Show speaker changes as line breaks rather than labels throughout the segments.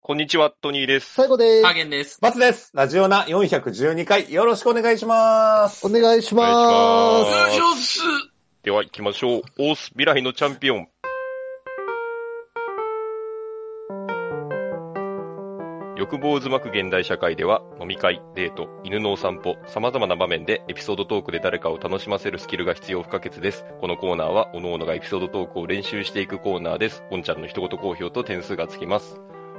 こんにちは、トニーです。
最後で
ハー
す。
ゲンです。
松です。ラジオナ412回、よろしくお願いします。
お願いし
お願い
ま
し
す。
ます
よし
では行きましょう。オース未来のチャンピオン。欲望渦巻く現代社会では、飲み会、デート、犬のお散歩、様々な場面でエピソードトークで誰かを楽しませるスキルが必要不可欠です。このコーナーは、各々がエピソードトークを練習していくコーナーです。ボンちゃんの一言好評と点数がつきます。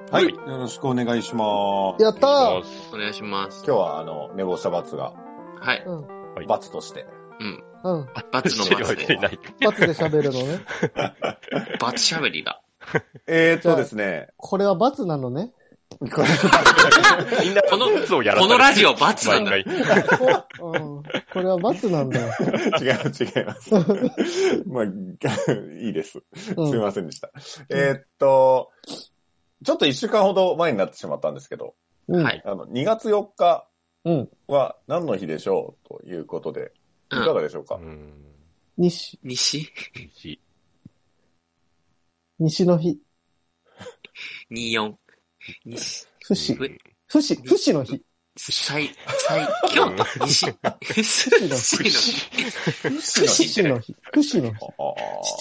はい。よろしくお願いします。
やったー
お願いします
お願いします。
今日は、あの、寝坊した罰が、
はい。
罰として。
うん。
罰の
知り合
罰
い でい
で
な。い。
罰で喋るのね。
罰しゃべりだ。
えーっとですね。
これは罰なのね。
これ
みん な、
この
罰をやら
こ
され
の
てる
ラジオ罰なん
毎
だ。
回。
こうん、これは罰なんだよ。
違う、違い ます。まあ、 いいです。
うん
すみませんでした。えーっと、ちょっと一週間ほど前になってしまったんですけど、
うん、
はい
あの、2月4日
うん。
は何の日でしょうということで、いうか
ん。
がでしょうか、
うん
西、
西
西
西の日。
二四西
不死。
上
不死、不死の日。
最、最強西
の
西の
不死の日。不死の日。
あ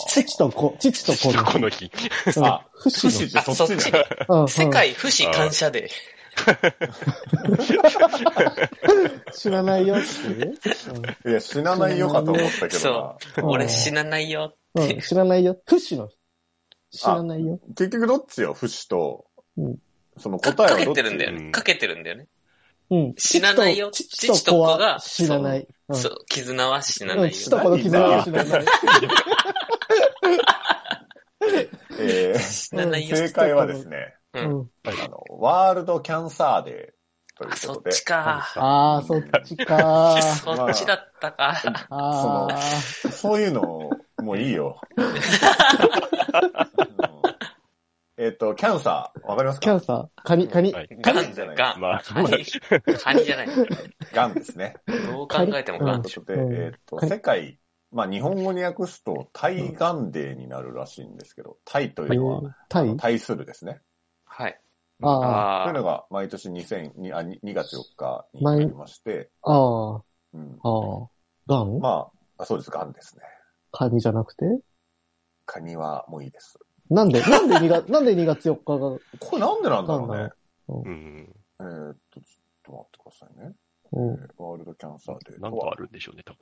父と子、父と子
ど
の
こ
日。
の日
うん
あ
不
ー。
死
不
の日。
死ってそっちじゃない。
うんうん
世界不死感謝デー。
死なないよっていうね。
いや、死なないよかと思ったけどな。
うん
俺死なないよ。
うん、知らないよ。不死の日。知らないよ。
結局どっちよ、不死と
うん、
その
か
答え
か
はど
け
ってち
るんだよ
うん
ね。かけてるんだよね。
うん。
死なないよ
父と父と子は
父
知
と
ら
子が
ない。うん
そう、絆は死な
う、
なんい
父と
よ。
子の絆は知らない。
え
死な ない
ー
よ。
正解はですね、
う。
うんん。
あの、ワールドキャンサーデーとい
あ、
う
そ
こ
っ
とで
ち、か。
ああ、そっちか。
そっちだったか。
ああ。
そういうの、もういい よ。うんえっと、キャンサー、わかります
キャン
か
サー、カニ、カニ、
はい
ガ
カニ
ン
じ
だ
ゃな
よ、
い
ガン。
まあ、
カニ、カニじゃない。
がんですね。
どう考えてもガンで
というこ
しょ。
とで、
うん
えっと、
はい
世界、まあ、日本語に訳すと、対ガンデーになるらしいんですけど、対と
え
いうのは
ー、タイ
対するですね。
はい。
ああ、
とい
あ
うの
あ。
が、毎年2000にあに2月4日にありまして、
ああ、
うん
ああ。ガン
まあ、そうです、ガンですね。
カニじゃなくて
カニはもういいです。
なんで、なんで2月、 なんで2月4日が、
これなんでなんだろうね。
うん。
えーっと、ちょっと待ってくださいね。
うん、
えーワールドキャンサーデーと
な
は
んかあるんでしょうね、多分。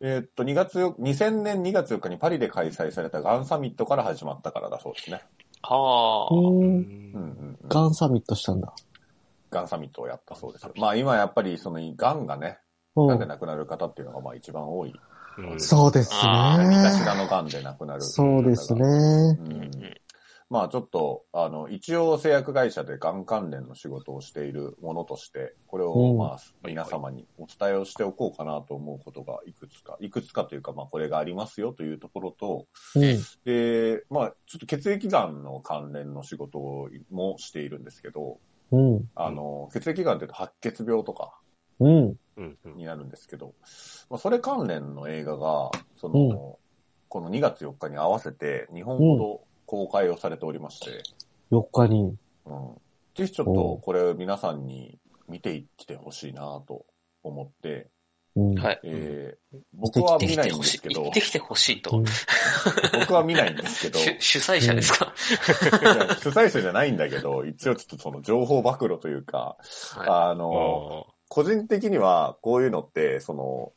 えーっと、2月よ、2000年2月4日にパリで開催されたガンサミットから始まったからだそうですね。
はあ。
う
うん
うんうんんうん。
ガンサミットしたんだ。
ガンサミットをやったそうですよ。まあ今やっぱりそのガンがね、
う
ガンで
ん、
亡くなる方っていうのがまあ一番多い。
うん
そうです
何かし
ね。
らのガンで亡くなる。
そうです。ね。
う
うん
ん。
うん
まあちょっと、あの、一応製薬会社でがん関連の仕事をしているものとして、これ
う
を
ん
まあ皆様にお伝えをしておこうかなと思うことがいくつか、いくつかというかまあこれがありますよというところと、
うん、
で、まあちょっと血液がんの関連の仕事をもしているんですけど、
うん、
あの、血液がんっていうと白血病とか
うん、
うんうん
になるんですけど、まあそれ関連の映画が、その、
うん
この2月4日に合わせて2本ほど公開をされておりまして、
4日に。
うん。ぜひちょっ
お
と
う
これを皆さんに見ていってほしいなと思って、
うん、。
はいい。
えー、僕は
行って
見
き
な
て
いん
ほ
で
しい
す。け
行
ど
って、きてほしいと。
僕は見ないんで すけど、
主主催者ですか
いや主催者じゃないんだけど、一応ちょっとその情報暴露というか、
は
あ
あ
の、
ー
個人的にはこういうのって、その、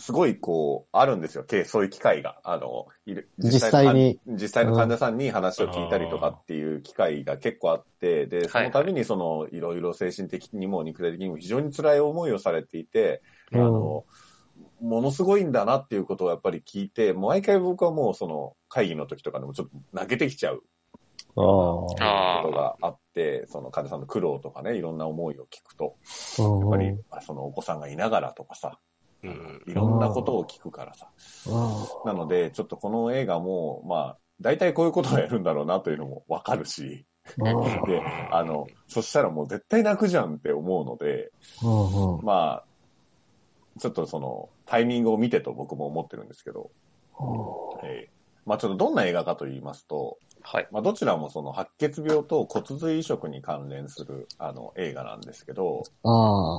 すごいこう、あるんですよ、けそういう機会が。あの、いる
実際に。
実際の患者さんに話を聞いたりとかっていう機会が結構あって、で、その度にその、いろいろ精神的にも肉体的にも非常に辛い思いをされていて、
うん
あの、ものすごいんだなっていうことをやっぱり聞いて、毎回僕はもうその会議の時とかでもちょっと泣けてきちゃう
あ
こ
あ、
あー
とがあって、その患者さんの苦労とかね、いろんな思いを聞くと、
うん
やっ
う
ぱ
ん
りそのお子さんがいながらとかさ、
うん
いろんなことを聞くからさ。なので、ちょっとこの映画も、まあ、大体こういうことをやるんだろうなというのもわかるし、
うん
で、あの、そしたらもう絶対泣くじゃんって思うので、
うんうん
まあ、ちょっとその、タイミングを見てと僕も思ってるんですけど、えーまあちょっとどんな映画かと言いますと、
はい。
まあどちらもその白血病と骨髄移植に関連するあの映画なんですけど、
あ
う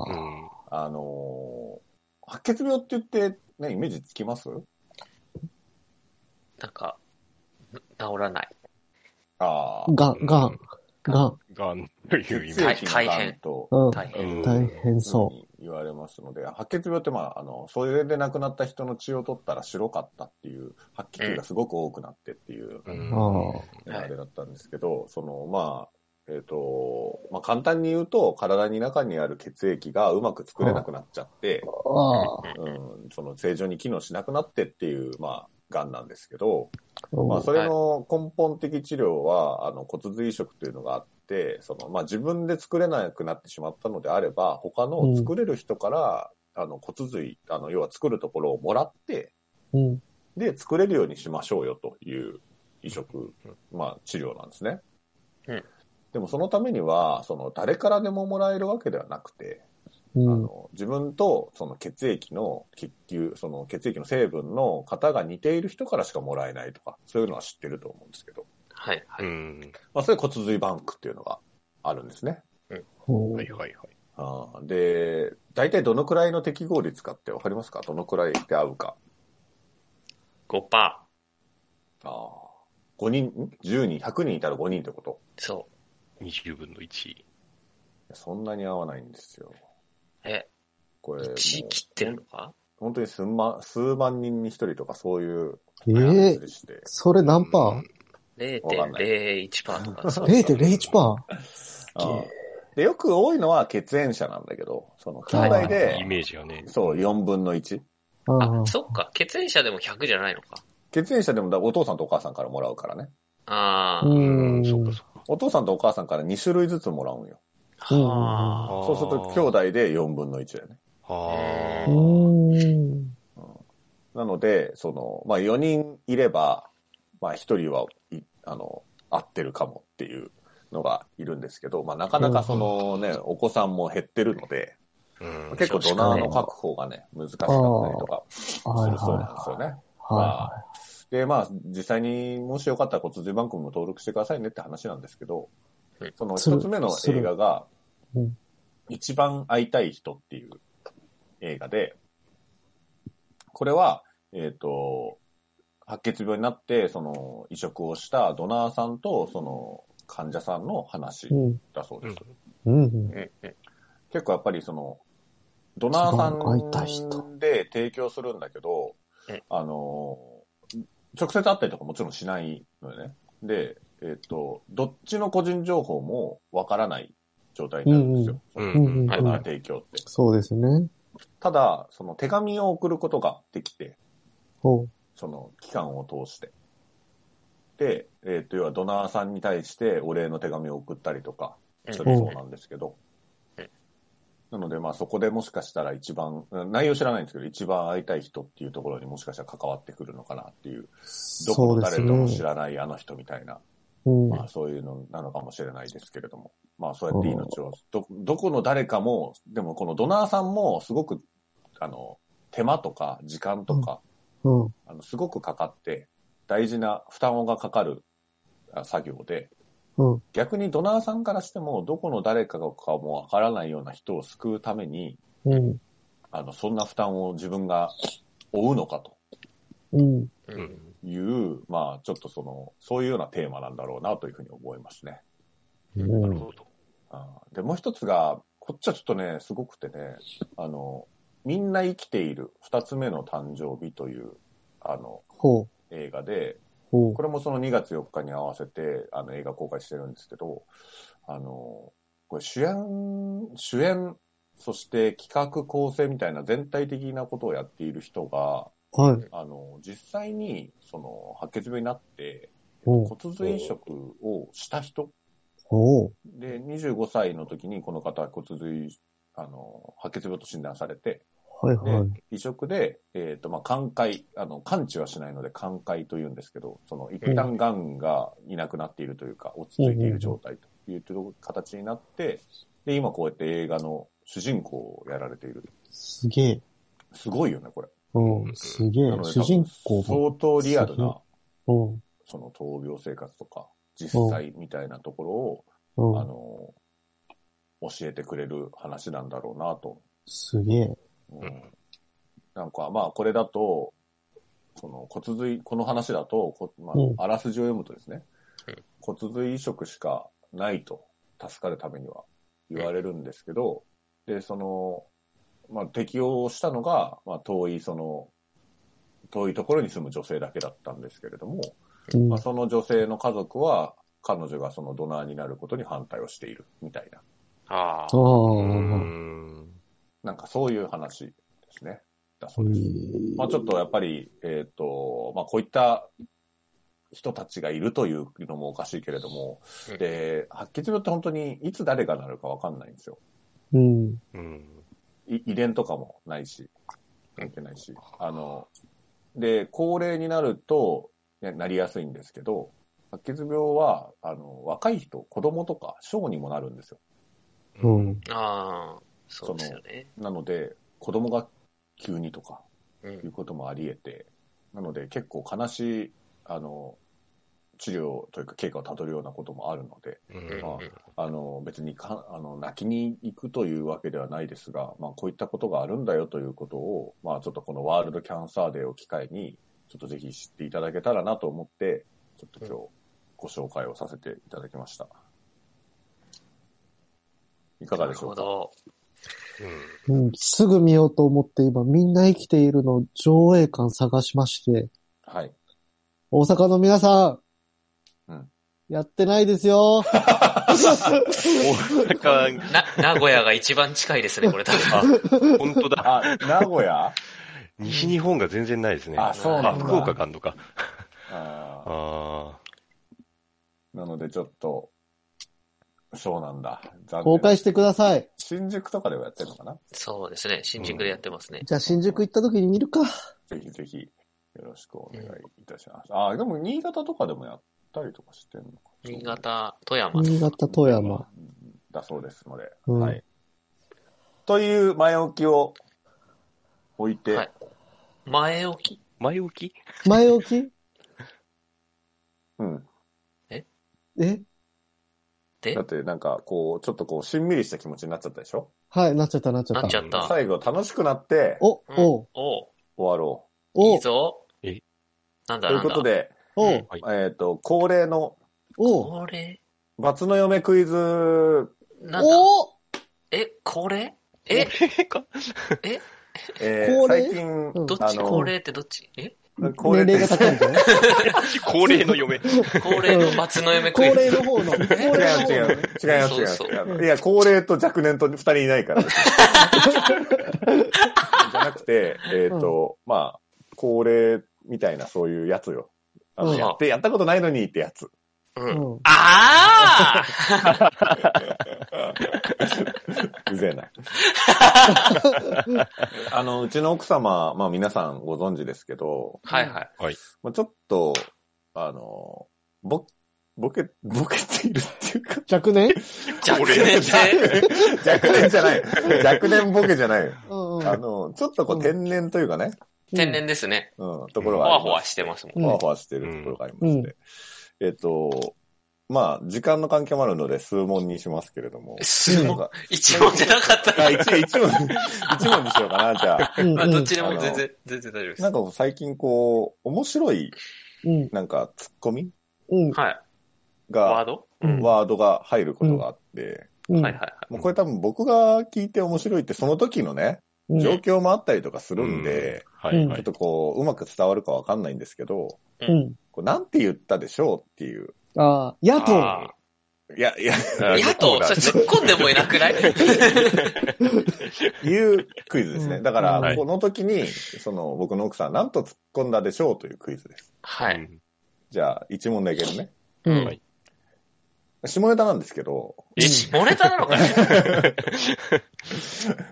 あ。
ん。
あのー白血病って言って、ね、イメージつきます
なんか、治らない。
ああ。
が、がん、がん。
がんという意
血
味。
液の
大
が
変
んと
うん。
大変。
うん
大変そ
に言われますので、白血病ってまあ、あの、それで亡くなった人の血を取ったら白かったっていう、白血球がすごく多くなってっていう、
う。ああ。
ん
あれだったんですけど、その、まあ、えっ、と、まあ簡単に言うと、体に中にある血液がうまく作れなくなっちゃって、
ああ。
うん、その正常に機能しなくなってっていう、まあ、癌なんですけど、まあ、
う
それの根本的治療は、あの骨髄移植というのがあって、そのまあ、自分で作れなくなってしまったのであれば、他の作れる人から、あの骨髄あの、要は作るところをもらって、
ん。
で、作れるようにしましょうよという移植、まあ、治療なんですね。
うん
でもそのためには、その誰からでももらえるわけではなくて、
う
あ
ん。
の自分とその血液の血球、その血液の成分の型が似ている人からしかもらえないとか、そういうのは知ってると思うんですけど、
はい。は
う
い。
ん。
まあ、それ骨髄バンクっていうのがあるんですね。
ほ
は
う
いはいはい。
あーで、大体どのくらいの適合率かってわかりますかどのくらいで合うか。
5%。
あー5人、ん ?10 人、100人いたら5人ってこと
そ
20分の1。
そんなに合わないんですよ。
う。え、
これ、もう
1切ってるのか
本当に数万、数万人に1人とかそういう
ええ
話でして、
それ何パー
わかんない
?0.01% とか。
?0.01%? パ
あーで、よく多いのは血縁者なんだけど、その、兄弟で、
イメージがね。
そう、4分の1。
ーあ
あ
あ、。
そっか。血縁者でも100じゃないのか。
血縁者でもだお父さんとお母さんからもらうからね。
あ
う
ー
ん。
そっかそっか。
お父さんとお母さんから2種類ずつもらうんよ。
うん
あ
あー
そうすると兄弟で4分の1だよね。
あ
う
ー
ん。
なので、その、まあ4人いれば、まあ1人はい、あの、合ってるかもっていうのがいるんですけど、まあなかなかそのね、お子さんも減ってるので、
うん
結構ドナーの確保がね、難しかったりとかす
はい
るそうなん
は
ですよね。
い。は
で、まあ、実際にもしよかったら骨髄バンクも登録してくださいねって話なんですけど
うん、
その
する
一つ目の映画が
するうん、
一番会いたい人っていう映画で、これは、えっ、と、白血病になって、その、移植をしたドナーさんと、その、患者さんの話
い。うん。
だそうです。
うん。
うんうん
結構やっぱりその、ドナーさ
一番会いたい人
んで提供するんだけど
うん、
あの、直接会ったりとかもちろんしないのよね。で、えっ、と、どっちの個人情報もわからない状態になるんですよ。
うんうん
その
うんうん
ドナー提供って。
そうですね。
ただ、その手紙を送ることができて、
ほう。
その期間を通して。で、えっ、と、要はドナーさんに対してお礼の手紙を送ったりとか、
うん
するそうなんですけ
うん。
どなので、まあそこでもしかしたら一番、うん内容知らないんですけど、一番会いたい人っていうところにもしかしたら関わってくるのかなっていう、どこ
そう
の
で
誰
す
とも知
ね。
らないあの人みたいな、
うん。
まあそういうのなのかもしれないですけれども、まあそうやって命を、ど、どこの誰かも、でもこのドナーさんもすごく、あの、手間とか時間とか、
うん。
あの、すごくかかって、大事な負担がかかるあ作業で、
うん
逆にドナーさんからしても、どこの誰かがかもわからないような人を救うために、
うん。
あの、そんな負担を自分が負うのかと
うん。
うん
いう、まあ、ちょっとその、そういうようなテーマなんだろうなというふうに思いますね。
なるほど。
あーで、もう一つが、こっちはちょっとね、すごくてね、あの、みんな生きている二つ目の誕生日という、あの、
ほう。
映画で、
ほう
こ。れもその2月4日に合わせてあの映画公開してるんですけど、あの、これ主演、主演、そして企画構成みたいな全体的なことをやっている人が、
はい。
あの、実際にその白血病になって
ほう。
骨髄移植をした人
ほう。
で、25歳の時にこの方は骨髄、あの、白血病と診断されて、
はいはい。
移植で、えっ、と、まあ、寛解、あの、完治はしないので寛解と言うんですけど、その、一旦癌がいなくなっているというか、落ち着いている状態というとこ形になって、で、今こうやって映画の主人公をやられている。
すげえ。
すごいよね、これ。
うん。すげ
な
え
の。で
主人公
多分相当リア
す
ル
ごい
な
うん。
その闘病生活とか、実際みたいなところを、
う
あ
ん。
の、教えてくれる話なんだろうなと。
すげえ。
うん
うん
なんか、まあ、これだと、その骨髄、この話だと、こまあ
うん、
あらすじを読むとですね、
うん
骨髄移植しかないと、助かるためには言われるんですけど、で、その、まあ、適用したのが、まあ、遠い、その、遠いところに住む女性だけだったんですけれども、
うん
まあ、その女性の家族は、彼女がそのドナーになることに反対をしているみたいな、
あ
ああ。
う
あ。
ん。
なんかそういう話ですね。だそううです。
ん
まあちょっとやっぱり、えっ、と、まあこういった人たちがいるというのもおかしいけれども、
うん
で、白血病って本当にいつ誰がなるかわかんないんですよ。
うん。
うん。
い遺伝とかもないし、関係ないし。あの、で、高齢になると、ねなりやすいんですけど、白血病は、あの、若い人、子供とか、小にもなるんですよ。
うん。
ああ。そうですよね。
なので、子供が急にとか、
う。
いうんこともあり得て、なので結構悲しい、あの、治療というか経過をたどるようなこともあるので、
う
うんん。うん
あの、別にか、あの、泣きに行くというわけではないですが、まあこういったことがあるんだよということを、まあちょっとこのワールドキャンサーデーを機会に、ちょっとぜひ知っていただけたらなと思って、ちょっと今日ご紹介をさせていただきました。いか
な
がで
る
しょ
ほ
うか
ど。
うんすぐ見ようと思って今、みんな生きているの上映館探しまして、
はい。
大阪の皆さん、
うん
やってないですよ。
大阪、
な、名古屋が一番近いですね、これ多
あ
分。、
本当だ。
あ、名古屋
西日本が全然ない ですね。
あ、そう
あ
なんだ。
福岡かんとか。
あー
あ
なのでちょっと、そうなんだ。残念
公開してください。
新宿とかではやってるのかな
そうですね。新宿でやってますね。
じゃあ新宿行った時に見るか。
ぜひぜひ、よろしくお願いいたします。ああ、でも新潟とかでもやったりとかしてんのか。
新潟、富山と
新
か。
潟、富山。。
だそうですので。
うん
はい。という前置きを置いて、
はい前置き
ー前置き
前置き
うん。
え
で
だってなんかこう、ちょっとこう、しんみりした気持ちになっちゃったでしょ
はい、なっちゃった、なっちゃった。
なっちゃった。
最後楽しくなって終
お、お、
おう
わろ
いい
お、
ぞ。
え
なん
う。
だ
とい
な
うんこと
だ。
で、
お、
はい。
えっ、と、恒例の
お、
これ
バツの嫁クイズ、
なんだ
お
え、これえ、
えー
恒例
最近、
うん
どっ
あ
ち
の
これってどっちえ
高
年齢
齢
が高いんじゃない
恒例の 嫁。
高齢の罰の嫁
高
クイズ。
齢の方の。高
違う
齢の方
違う
の。。
違います、違
そ
い
う
ます
そう。
あのいや、高齢と若年と二人いない から。じゃなくて、えっ、と、まあ、高齢みたいなそういうやつよ。あの、
うん
やって、やったことないのにってやつ。
うん。
うん
あ
うぜ えな。あの、うちの奥様、まあ皆さんご存知ですけど、
あはいはい。
まあ、ちょっと、あの、ぼ、ぼけ、ぼけているっていうか、
若年
若年性
若年じ ゃない。若年ボケじゃないよ。
うんうん
あの、ちょっとこう天然というかね、
天然ですね。
うん、ところ
ほ
があ
わ
ります。
ほわしてますもん。
うん
ほわほわしてるところがありまして。えっと、まあ、時間の関係もあるので、数問にしますけれども。
す
な
ご
ん
い。
か
一問じゃなかった
あ、
ら。
一一問、一問にしようかな、じゃあ。
うん
まあ、
うん
どっちでも全然、全然大丈夫です
なん。か最近こう、面白い、
うん。
なんか、ツッコミ
うん。
はい。ワー
が、
ド
うん
ワードが入ることがあって、
うん
はいはいはい。
もうこれ多分僕が聞いて面白いって、その時のね、
うん
状況もあったりとかするんで、
は
う
い
ん
は
ちょ
い。
っとこう、うまく伝わるかわかんないんですけど、
うん。
こうなんて言ったでしょうっていう、
ああ、野党。
あ
いや、いや、
ー野党、それ突っ込んでもいなくない
いうクイズです
う
ね。
ん
だか
は
ら、
い
この時に、その、僕の奥さん、なんと突っ込んだでしょうというクイズです。
はい。
じゃあ、一問だけどね。
う
は
ん
い。
下ネタなんですけど、
え、下ネタなのかね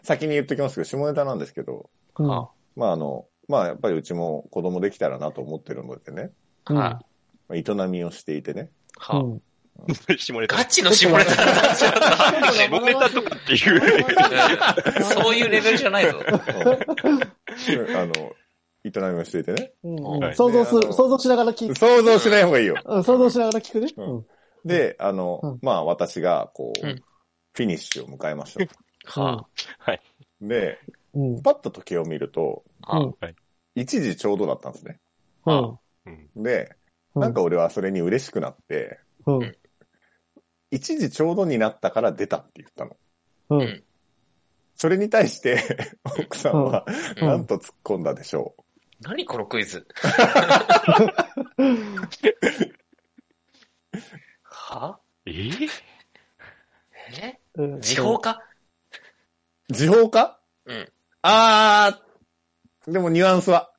先に言っておきますけど、下ネタなんですけど、
うん
あ
まあ、あの、まあ、やっぱりうちも子供できたらなと思ってるのでね、
うん
は
まあ営みをしていて ね。
は
うん
下ネタ
ガ。チの下ネタだったんじゃ
下ネタとかっていう。
ないそういうレベルじゃないぞ。
うんあの、営みをしていてね。
うん
はい
想像す
であ
る、
の
想像しながら聞く。
想像しない方がいいよ。
うん想像しながら聞くね。
うん
うん
で、あの、
うん
まあ私が、こう、
うん
フィニッシュを迎えましたと。
は
で、
うん。
パッと時計を見ると、
あ。はあ
うん
1時ちょうどだったんですね。
うん
うん
で、なんか俺はそれに嬉しくなって、
うん。
1時ちょうどになったから出たって言ったの。
うん。
うん
それに対して、 奥さんは、
うん
なんと突っ込んだでしょ
何このクイズ。は
えー
え
うん
時報か
う。時報か
うん。
あー、でもニュアンスは。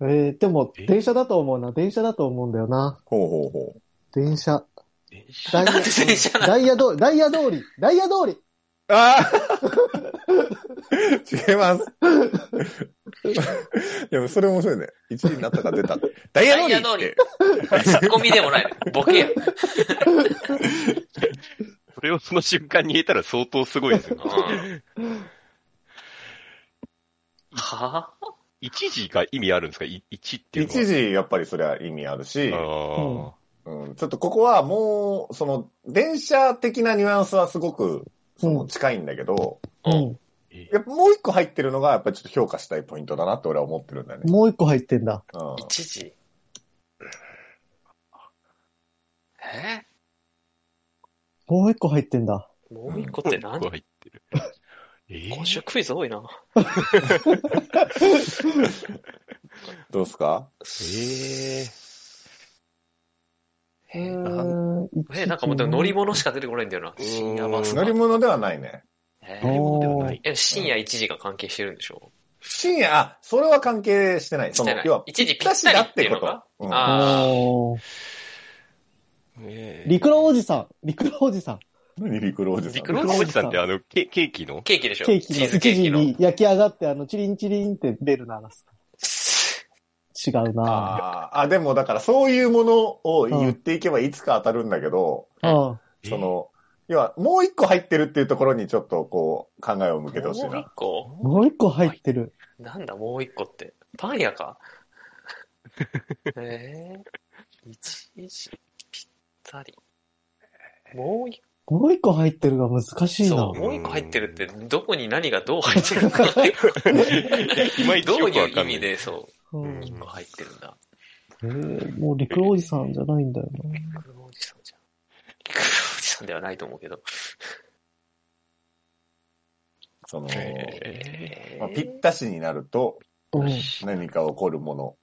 えー、でも、
え
電車だと思うな。電車だと思うんだよな。
ほうほうほう。
電車。
電車
ダイヤ
なんで電車なの
ダイヤ通り、ダイヤ通り、ダイヤ通り。
あー違います。でもそれ面白いね。1時になったから出たって。ダイヤ通りって。
ツッコミでもない。ボケや。
それをその瞬間に言えたら相当すごいですよ
う。んは
1時が意味あるんですか ?1 っていうのは。
1時、やっぱりそれは意味あるし、
あ
うん、ちょっとここはもう、その、電車的なニュアンスはすごく、その、近いんだけど、
う
やっぱもう一個入ってるのが、やっぱりちょっと評価したいポイントだなって俺は思ってるんだよね。
もう一個入ってんだ。
うん
あ。一時。え
もう一個入ってんだ。
もう一個って
あ。
何
入ってる。えー
今週クイズ多いな。
どうすか
えー
えー
うー
え、なんかもうでも乗り。
一
物しか出てこないんだよな。深夜バス
乗
が。
り物ではないね。
え
乗り物
ー
ではない。
え深夜1時が関係してるんでしょ
深夜、あ、それは関係してない。そ
し
の
てな、い
要は、。
一時ぴ
た
っ
した
り
だ
っ
ってて
いう
こ
のが
と。うん
あ
おー陸郎おじさん、陸郎おじさん。
何陸老おじさん。
陸老
おじさんってあの、ケケーキ の
ケーキでしょ
ケー
チ
キの
ーズ
一
ケーキ
時
の。
に焼き上がって、あの、チリンチリンってベル鳴らす。違うな
あーあ、でもだからそういうものを言っていけばいつか当たるんだけど、
うん。
その、要はもう一個入ってるっていうところにちょっとこう考えを向けてほしい
もう一
な。
個
もう一個入ってる。
なんだもう一個って。パン屋かえー、1時ぴったり。もう一
もう一個入ってるが難
個、
しいな
そう、。もう一個入ってるって、どこに何がどう入ってるのか。
いまいち
どう
よく
い
わか
う意
んない
味で、そう
うん
ん、
一個入ってるんだ。
えーもう陸郎おじさんじゃないんだよな。
クロおじさんじゃん。クロおじさんではないと思うけど。
その、
え
まあ、ぴったしになると
うん。
何か起こるもの。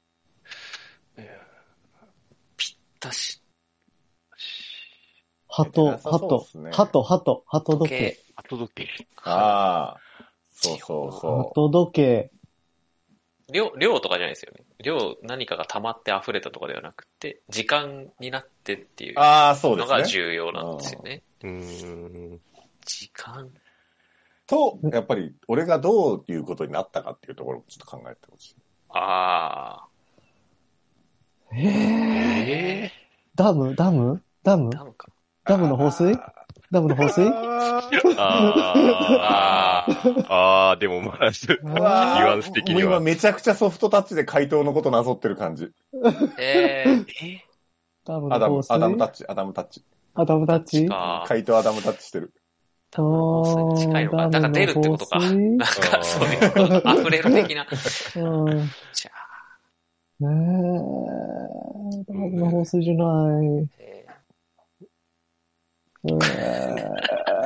たし、
出て
鳩、
なさそうっ
鳩
すね、
鳩、鳩、鳩時
時
計
計。。
ー、後時計。
ああ、そうそうそ
鳩時計。
量、量とかじゃないですよね。量、何かが溜まって溢れたとかではなくて、時間になってっていう
う。ああ、そうで
の
す
が
ね。
重要なんですよね。
うーん。
時間。
と、やっぱり俺がどういうことになったかっていうところもちょっと考えてほしい。
あ
えー、
え
ダムダムダム
ー、ダムか。
ダムの放水ダムの放水
あ
ー、
ー
あ
あー
ー、あー、でもまあ、
わー
ニュアンス的には
もう今めちゃくちゃソフトタッチで回答のことなぞってる感じ。
えー、え
ダム
アダ
の
ム
放、水
アダムタッチ、アダムタッチ。
アダムタッチ
か。
回答アダムタッチしてる。
ダムの放水近いのか。なんか出るってことか。なんかそういう、溢れる的な。
うん。ね
じゃあ、
えー、ダムの放水じゃない。
えー
えー、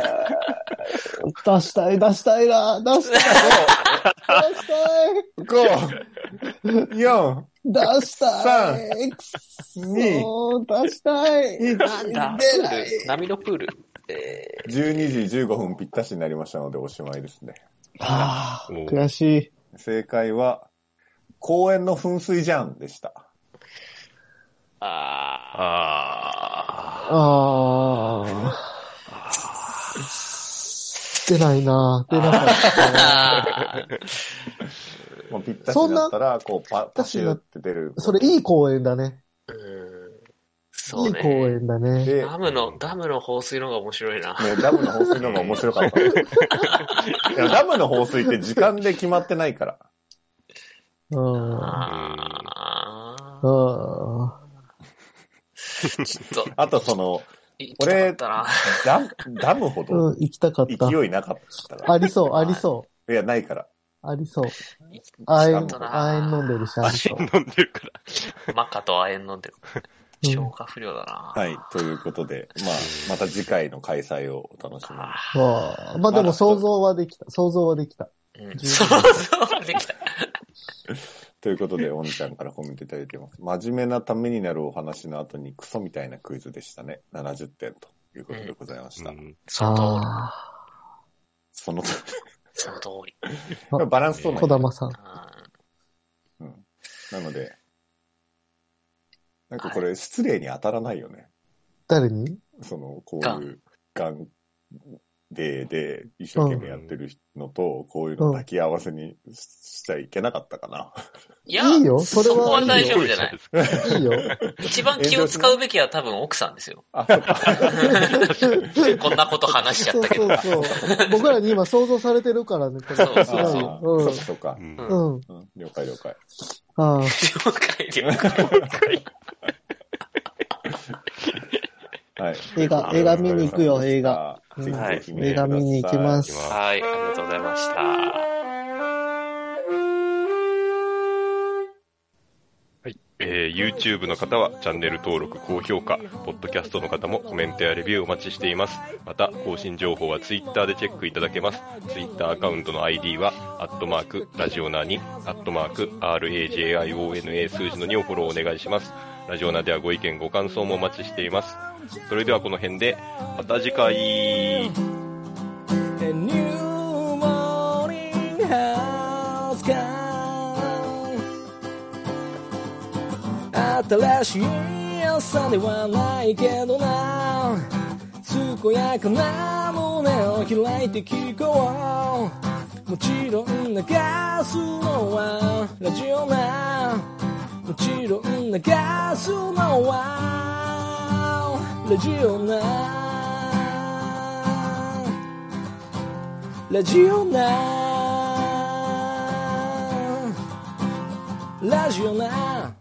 出したい、出したいな、出したい、出したい。
5、4、
出したいくそー出したい出
なんだ、プ
出ない
ール、波のプール。え
12時15分ぴったしになりましたのでおしまいですね。
ああ、
おう
悔しい。
正解は、公園の噴水じゃんでした。
ー、あ
あ
ああ。出ないな出なかったな
あー。
もうぴったしになったら、こうパ、パシューって出る。
それいい公園だね。
うーん
い
そ
いう公
ね。
園だね。
で、
ダムの、ダムの放水の方が面白いな。
ね、ダムの放水の方が面白かった。いやダムの放水って時間で決まってないから。
うん。あ
あ
あ。
あ。
ちょっと、
あとその、
行きたか
俺
ったな。
ダム、ダムほ
う
ど
ん、行きたかった。
勢いなかったか
ありそう、ありそ
ら。いや、ないから。
う。ありそう。
行き
あえん、
たかったな
あえん飲んでるし、ありそう。
飲んでるから。
マカと亜鉛飲んでる。
うん
消化不良だな。
はい。ということで、まあ、また次回の開催をお楽しみに。
あ
わあまあでも想像はできた。想像はできた。
ーうん。
十
想
分
像できた。
ということで、おんちゃんからコメントいただいてます。真面目なためになるお話の後にクソみたいなクイズでしたね。70点ということでございました。
うん
その通り。
あ
その、
その通り。
あ
バランスと
あ。
の
小玉さん。
うんなので、なんかこれ失礼に当たらないよね。
誰に
その、こういう、ガンデーで一生懸命やってるのと、こういうの抱き合わせにししちゃいけなかったかな。
いや、
いいよそれは
そこは大
いい
丈
よ
夫じゃない。
いいよ。
一番気を使うべきは多分奥さんですよ。
あ、そっか。
こんなこと話しちゃったけど。
そうそうそう。僕らに今想像されてるからね、これ。
そう
違う
あ
よ。
ーそっかそっか
う。ん
う
うん。うん。
うん了解了解。
ああ。
了解了解
はい。
映画映画見に行くよ映画
ぜひぜひ
映画見に行きま。す。
はい、ありがとうございました。
はい、えー YouTube の方はチャンネル登録、高評価、ポッドキャストの方もコメントやレビューお待ちしています。また、更新情報は Twitter でチェックいただけます。Twitter アカウントの ID は、アットマーク、ラジオナに、アットマーク、RAJIONA 数字の2をフォローお願いします。ラジオナではご意見、ご感想もお待ちしています。それではこの辺で、また次回。
A new morning has come 新しい朝ではないけどな健やかな胸を開いて聞こうもちろん流すのはラジオなもちろん流すのはラジオなラジオなラジオな